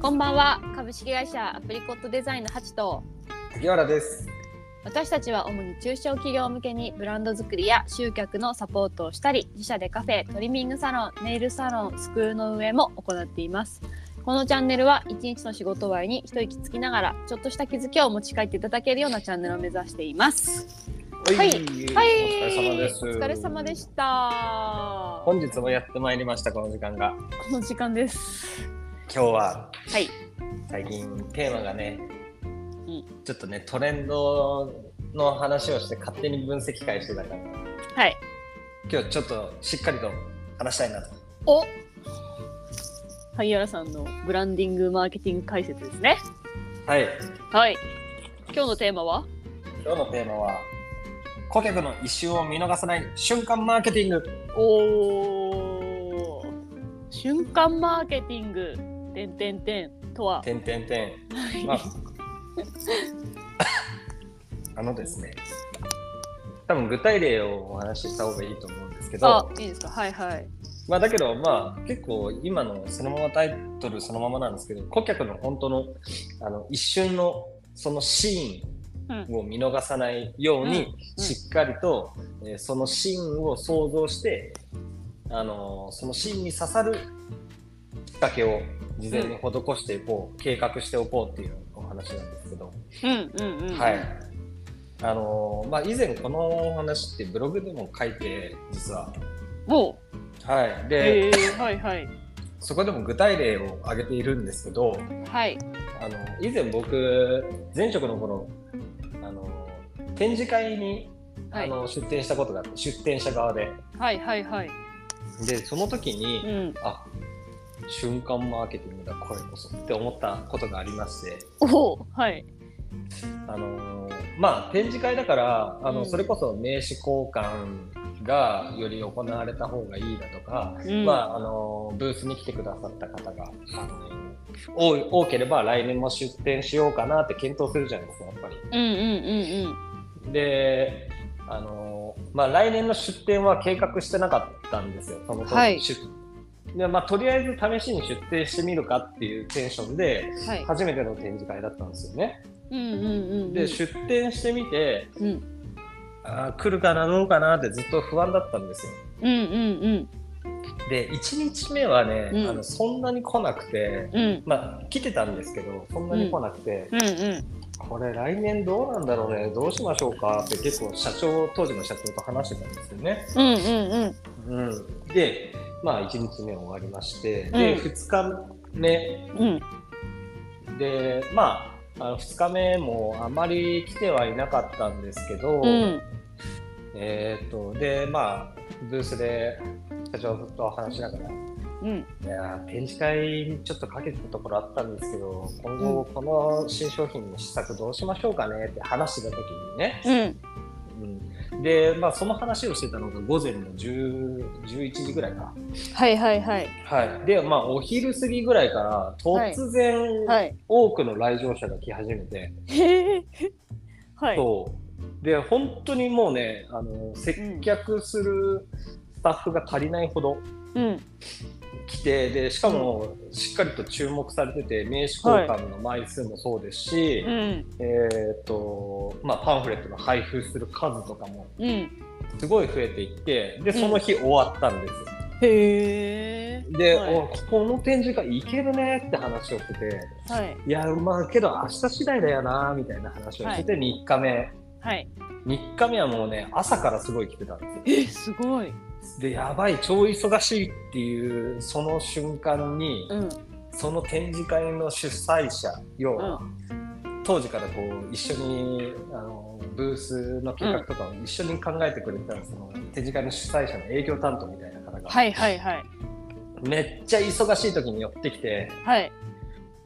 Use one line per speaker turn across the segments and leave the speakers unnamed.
こんばんは株式会社アプリコットデザインのハチと
杉原です。
私たちは主に中小企業向けにブランド作りや集客のサポートをしたり自社でカフェトリミングサロンネイルサロンスクールの運営も行っていますこのチャンネルは一日の仕事終わりに一息つきながらちょっとした気づきを持ち帰っていただけるようなチャンネルを目指しています
はい
はい
お疲れ様です。
お疲れ様でしたこ
本日もやってまいりましたこの時間が。
の時間です
今日は
はい
最近テーマがね、
ん
ちょっとねトレンドの話をして勝手に分析会してたから、
はい
今日ちょっとしっかりと話したいなと。
お萩原さんのブランディングマーケティング解説ですね
はい。
はい今日のテーマは
今日のテーマは顧客の一周を見逃さない瞬間マーケティング。
おー瞬間マーケティングてんてんてんとは
てんてんてん。
はい
まあ、あのですね、多分具体例をお話しした方がいいと思うんですけ
あ
ど、
いいですかはいはい
まあ、だけど、まあ、結構今のそのままタイトルそのままなんですけど、顧客の本当のあの一瞬のそのシーンを見逃さないように、
うん
しっかりと、えーそのシーンを想像して、あのーそのシーンに刺さるきっかけを事前に施していこう、計画しておこうっていうお話なんですけど、
うんうんうん
はい。あのーまあ、以前このお話ってブログでも書いて、実は。
おう
はい。で、
えー、はいはい
そこでも具体例を挙げているんですけど、
はい
あの、以前僕、前職の頃、あの、展示会に、
は
あ
い
の、出展したことがあって、出展者側で。
はいはいはい
で、その時に、
うん
あ、瞬間マーケティングだ、これこそって思ったことがありまして、
おうはい
あのーまあ展示会だからあの、
うん
それこそ名刺交換がより行われた方がいいだとか、
うん
まああのーブースに来てくださった方が、あのー多い多ければ来年も出店しようかなって検討するじゃないですかやっぱり。
うんうんうん
であのーまあ、来年の出店は計画してなかったんですよ、その当時
はい
出でまあ、とりあえず試しに出店してみるかっていうテンションで
うんはい
初めての展示会だったんですよね。
うんうんうんうん
で出店してみて、
うん
あー来るかなどうかなってずっと不安だったんですよ
うんうん
で1日目はね、
うん
あのそんなに来なくて
うんうん
まあ来てたんですけどそんなに来なくて、
うんうん
これ来年どうなんだろうねどうしましょうかって結構社長当時の社長と話してたんですよね、
うんうんうん
うん、でまあ1日目終わりましてで、
うん
2日目
うん
でまああの2日目もあまり来てはいなかったんですけ
う
ど、
ん
えーっとでまあブースで社長と話しながら
うん
いやー展示会にちょっとかけてたところあったんですけど今後この新商品の試作どうしましょうかねって話してた時にね、
うん
うんで、まあ、その話をしてたのが午前の10 11時ぐらいか、
はいはいはい
はい、で、まあ、お昼過ぎぐらいから突然、
はい
多くの来場者が来始めて、
へえはい
そうで本当にもうねあの接客するスタッフが足りないほど。
うん
来てでしかもしっかりと注目されてて名刺交換の枚数もそうですし、
うん
えーっとまあ、パンフレットの配布する数とかも
うん
すごい増えていってでその日終わったんですよ。
へえ
で、
はい
おここの展示会いけるねって話をしてて
はい
いやまあけど明日次第だよなみたいな話をしてて、3日目
はい
3日目はもうね朝からすごい来てたんです
えす
よ。
ごい
でやばい超忙しいっていうその瞬間に、
うん
その展示会の主催者要は、当時からこう一緒にあのブースの企画とかを一緒に考えてくれてた、その展示会の主催者の営業担当みたいな方が、
はいはいはい
めっちゃ忙しい時に寄ってきて
はい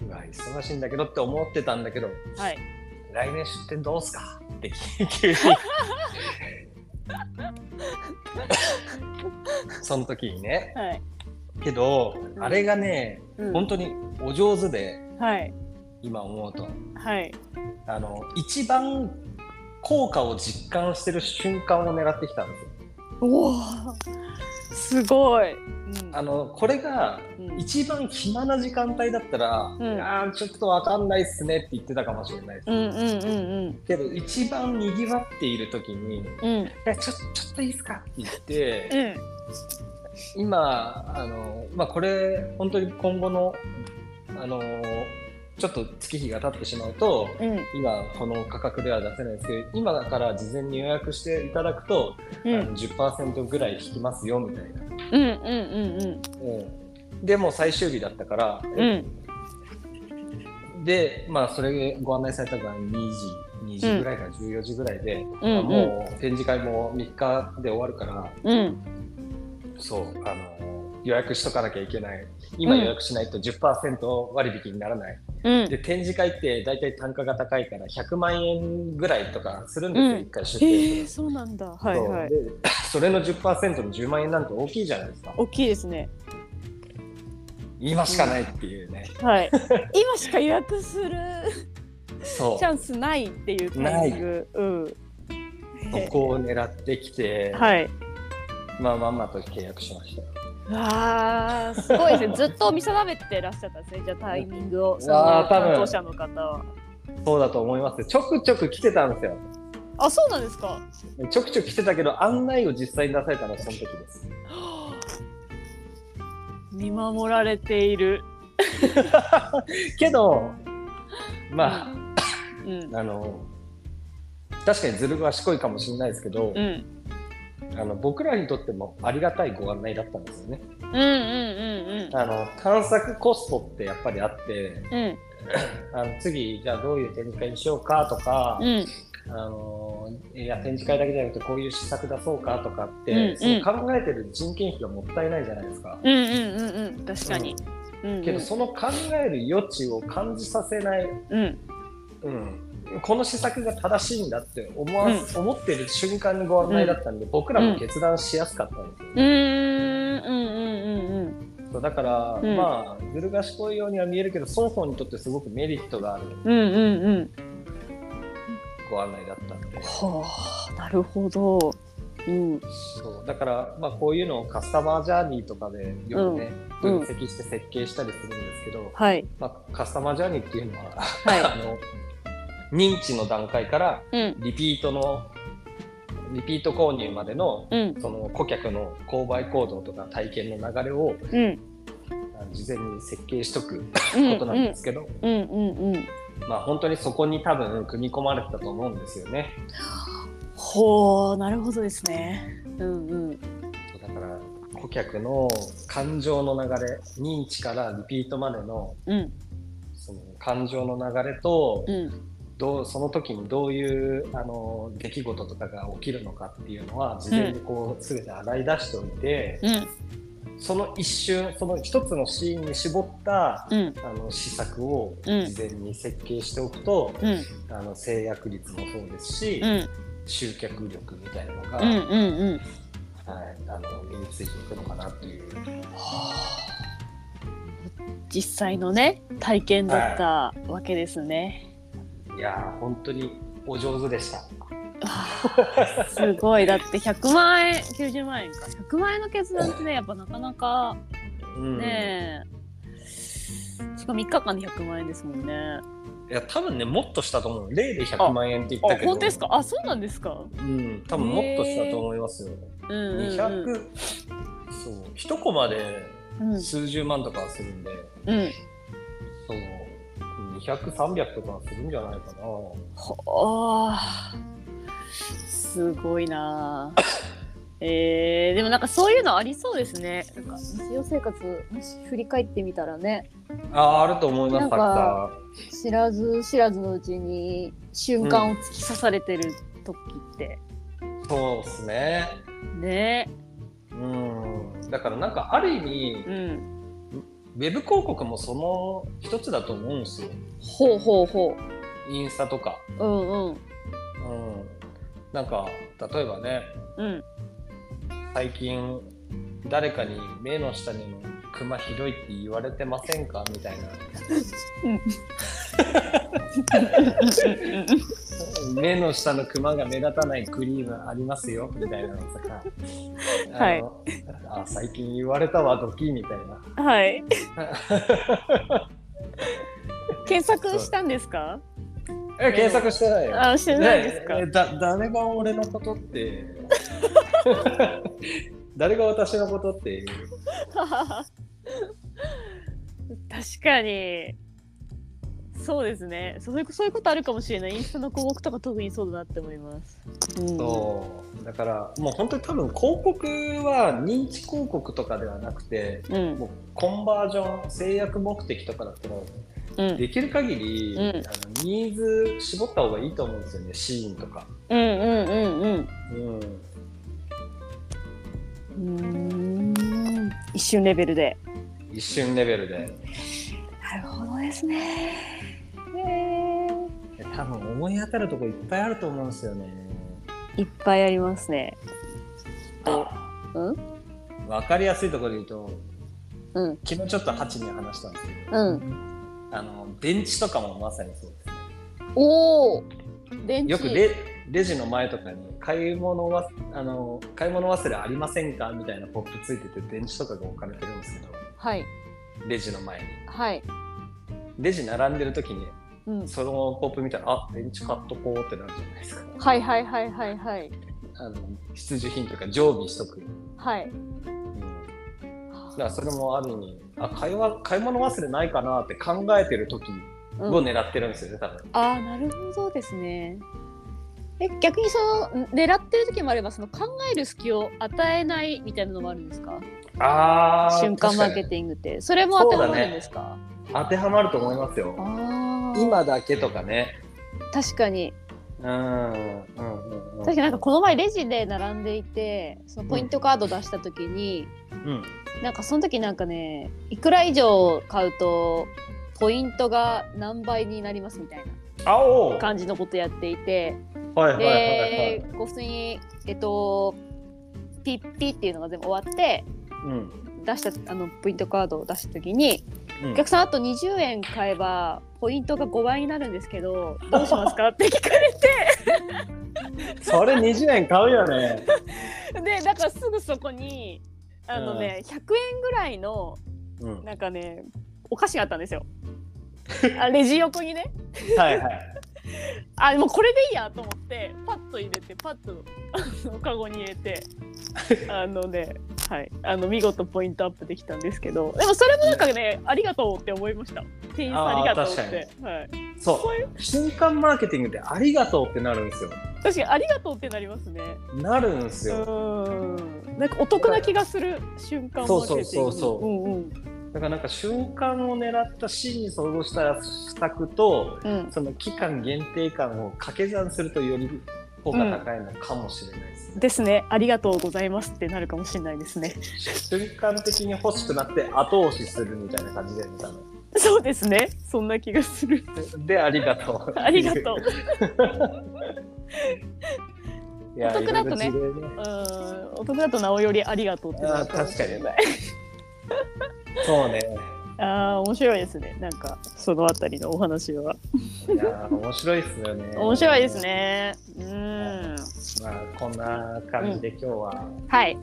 う
わ忙しいんだけどって思ってたんだけど
はい
来年出店どうすかって急にその時にね
はい
けど、
うん
あれがね
うん
本当にお上手で
はい
今思うと。
はい
あの一番効果を実感してる瞬間を狙ってきたんですよ。
おおすごい、うん
あのこれが
うん
一番暇な時間帯だったら、あ
ん
ーちょっとわかんないっすねって言ってたかもしれないです、
うんうんうん
けど一番にぎわっている時に
うんうん
「えちょちょっといいっすか?」って言って、
うん
今あの、まあ、これ本当に今後のあのちょっと月日が経ってしまうと
うん
今この価格では出せないんですけど今から事前に予約していただくと、
うん
あの10%ぐらい引きますよみたいな、
うんうんうん
うん、でもう最終日だったから、
うん
で、まあ、それご案内されたのが2時、2時ぐらいから14時ぐらいで、
うん
まあもう展示会も3日で終わるから、
うん
そう、あの、予約しとかなきゃいけない。今
うん
予約しないと10%割引にならない。
うん
で、展示会って大体単価が高いから100万円ぐらいとかするんですよ、
うん
1回出
へ
店
え
す
そうなんだは
る
い
と。
はい
そうでそれの10%の10万円なんて大きいじゃないですか。
大きいですね
今しかないっていうね。
はい 今しか予約する
そ
チャンスないっていうタイミングうん
う。ここを狙ってきて、
はい
まあまんまと契約しました。
わあすごいですねずっと見定めてらっしゃったんですねじゃあタイミングをその
あー多分
担当者の方は
そうだと思います。ちょくちょく来てたんですよ。
あそうなんですか
ちょくちょく来てたけど、案内を実際に出されたのはその時です。
見守られている
けど、ま
うん
あ、あの、確かにずる賢いかもしれないですけど、
うん
あの僕らにとってもありがたいご案内だったんですよね。
うんうんうん
あの探索コストってやっぱりあって
うん
あの次じゃあどういう展示会にしようかとか、
うん
あのいや展示会だけじゃなくてこういう施策出そうかとかって、
うんうん
その考えてる人件費がもったいないじゃないですか。
うんうんうんうん確かに、うんうん、
けどその考える余地を感じさせない、
うん
うん、この施策が正しいんだって思わ、思ってる瞬間にご案内だったんで、僕らも決断しやすかったんですよ
うー
ね、
んうんうんうん
そうだから、
うん
まあずる賢いようには見えるけど双方にとってすごくメリットがある
うんうんうんうん
ご案内だったんで
はあなるほどうん
そうだから、まあ、こういうのをカスタマージャーニーとかでよく
うんう
ね、
ん
分析して設計したりするんですけど、
はい
まあ、カスタマージャーニーっていうのは、 あ
は
の認知の段階から
いうん
リピートのリピート購入までの
うん
その顧客の購買行動とか体験の流れを
うん
あの事前に設計しとくこ
うん
となんですけど、
うんうんうん
まあ本当にそこに多分組み込まれてたと思うんですよね。
ほうなるほどですねうんうん
だから顧客の感情の流れ認知からリピートまでの
うん
その感情の流れと
うん
どうその時にどういうあの出来事とかが起きるのかっていうのは事前にこう全て洗い出しておいて。
うん
その一瞬その一つのシーンに絞った、
うん
あの施策を
うん
事前に設計しておくと、
うん
あの制約率もそうですし、
うん
集客力みたいなのが、
うんうんうん
はい、あの身についていくのかなという
実際のね体験だったわけですね、
いやー本当にお上手でした
わあすごいだって100万円90万円か100万円の決断ってねやっぱなかなか
うん
ねえ、しかも3日間で100万円ですもんね。
いや多分ねもっとしたと思う例で100万円って言
あ
ったけど
本当ですかあそうなんですか。
うん、多分もっとしたと思いますよ、
うんうんうん
200そう一コマで
うん
数十万とかはするんで、
うん。
そう200、300とかするんじゃないかな。
ほあすごいなあ。えー、でもなんかそういうのありそうですね。なんか日常生活もし振り返ってみたらね。
ああると思います、たく
なん
さ
か知らず知らずのうちに瞬間を突き刺されてる時って、
ん。そうですね。
ね
うん。だからなんかある意味、
うん
ウェブ広告もその一つだと思うんですよ。
ほうほうほ
インスタとか。
ううんうん
うん。なんか、例えばね、
うん
最近、誰かに目の下にもクマひどいって言われてませんかみたいな。目の下のクマが目立たないクリームありますよみたいなのとか
はい
あのあ最近言われたわドキみたいな
はい。検索したんですか？
え検索してないよ
あ、してないですか
ねえ？だ誰が俺のことって 誰が私のことっていう
確かに。そうですね。そういうそういうことあるかもしれない。インスタの広告とか特にそうだなって思います。うん
そうだからもう本当に多分広告は認知広告とかではなくて
うん
もうコンバージョン制約目的とかだったら
うん
できる限り、
うん
あのニーズ絞った方がいいと思うんですよねシーンとか。
うんうんうんうん
うん
うーん。一瞬レベルで。
一瞬レベルで
なるほどですね。へー
多分思い当たるとこいっぱいあると思うんですよね
いっぱいありますね。うん
分かりやすいところで言うと
うん
昨日ちょっとハチに話したんですけど、
うん。
あの電池とかもまさにそうですね
おお。電池。
よくレレジの前とかに買い物はあの買い物忘れありませんかみたいなポップついてて電池とかが置かれてるんですけど
はい
レジの前に
はい。
レジ並んでる時に
うん。
そのポップ見たらあ電池買っとこうってなるじゃないですか
はいはいはいはいはい
あの必需品というか常備しとく、
はい。
だからそれもある意味あ買いわ買い物忘れないかなって考えてる時
うん
を狙ってるんですよね多分
ああなるほどですね。え逆にその狙ってる時もあればその考える隙を与えないみたいなのもあるんですか
あー
瞬間マーケ
確か
ティングってそれも当てはまるんですか、
に当てはまると思いますよ
ああ
今だけとかね
確かに
うんうんうんう
確
ん
かになんかこの前レジで並んでいてそのポイントカード出した時に、
うん
なんかその時なんかねいくら以上買うとポイントが何倍になりますみたい
あ
な
おうはい
感じのことやっていて
はいはいはい
でこう普通にえっとピッピッっていうのが全部終わって
うん
出したあのポイントカードを出した時に
うん
お客さんあと20円買えばポイントが5倍になるんですけどどうしますかって聞かれ
それ20円買うよね
てでだからすぐそこにあのね100円ぐらいの
うん
なんかねお菓子があったんですよ。あレジ横にね
はいはい
あもうこれでいいやと思ってパッと入れてパッとあのカゴに入れ てあのねはいあの見事ポイントアップできたんですけどでもそれもなんかねありがとうって思いました店員さん
あ
あ
ー
りがとうってはい
そ
こういう
う瞬間マーケティングってありがとうってなるんですよ
確かにありがとうってなりますね
なるんです
う
よ
ーんなんかお得な気がする瞬間
そう
マーケティング
そうそうそう
うんうん
だからなんか瞬間を狙ったシーンに想像した施策と
うん
その期間限定感を掛け算するとより効果高いのかもしれないですね、
ですねありがとうございますってなるかもしれないですね
瞬間的に欲しくなって後押しするみたいな感じで見たの
そうですねそんな気がす る
でありがと う
ありがとう
いや
お得だとね
いろいろ事例
うーんお得だとなおよりありがとうってなるもしれない
あー確かにそうね
ああ面白いですねなんかそのあたりのお話はい
やー面白いですよね
面白いですねうん
まあこんな感じで今日は
はい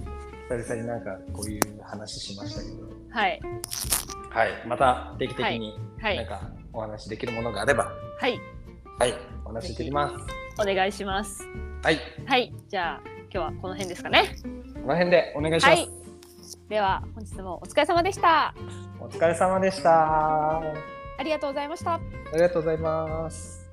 久々になんかこういう話しましたけど、
はい
はい、また定期的に
は
なん
い
かお話できるものがあれば、
はい
はい、お話できます。
お願いします
はい、
はいじゃあ今日はこの辺ですかね
この辺でお願いします。
はいでは本日もお疲れ様でした
お疲れ様でした。あ
ありがとうございました
りがとうございます。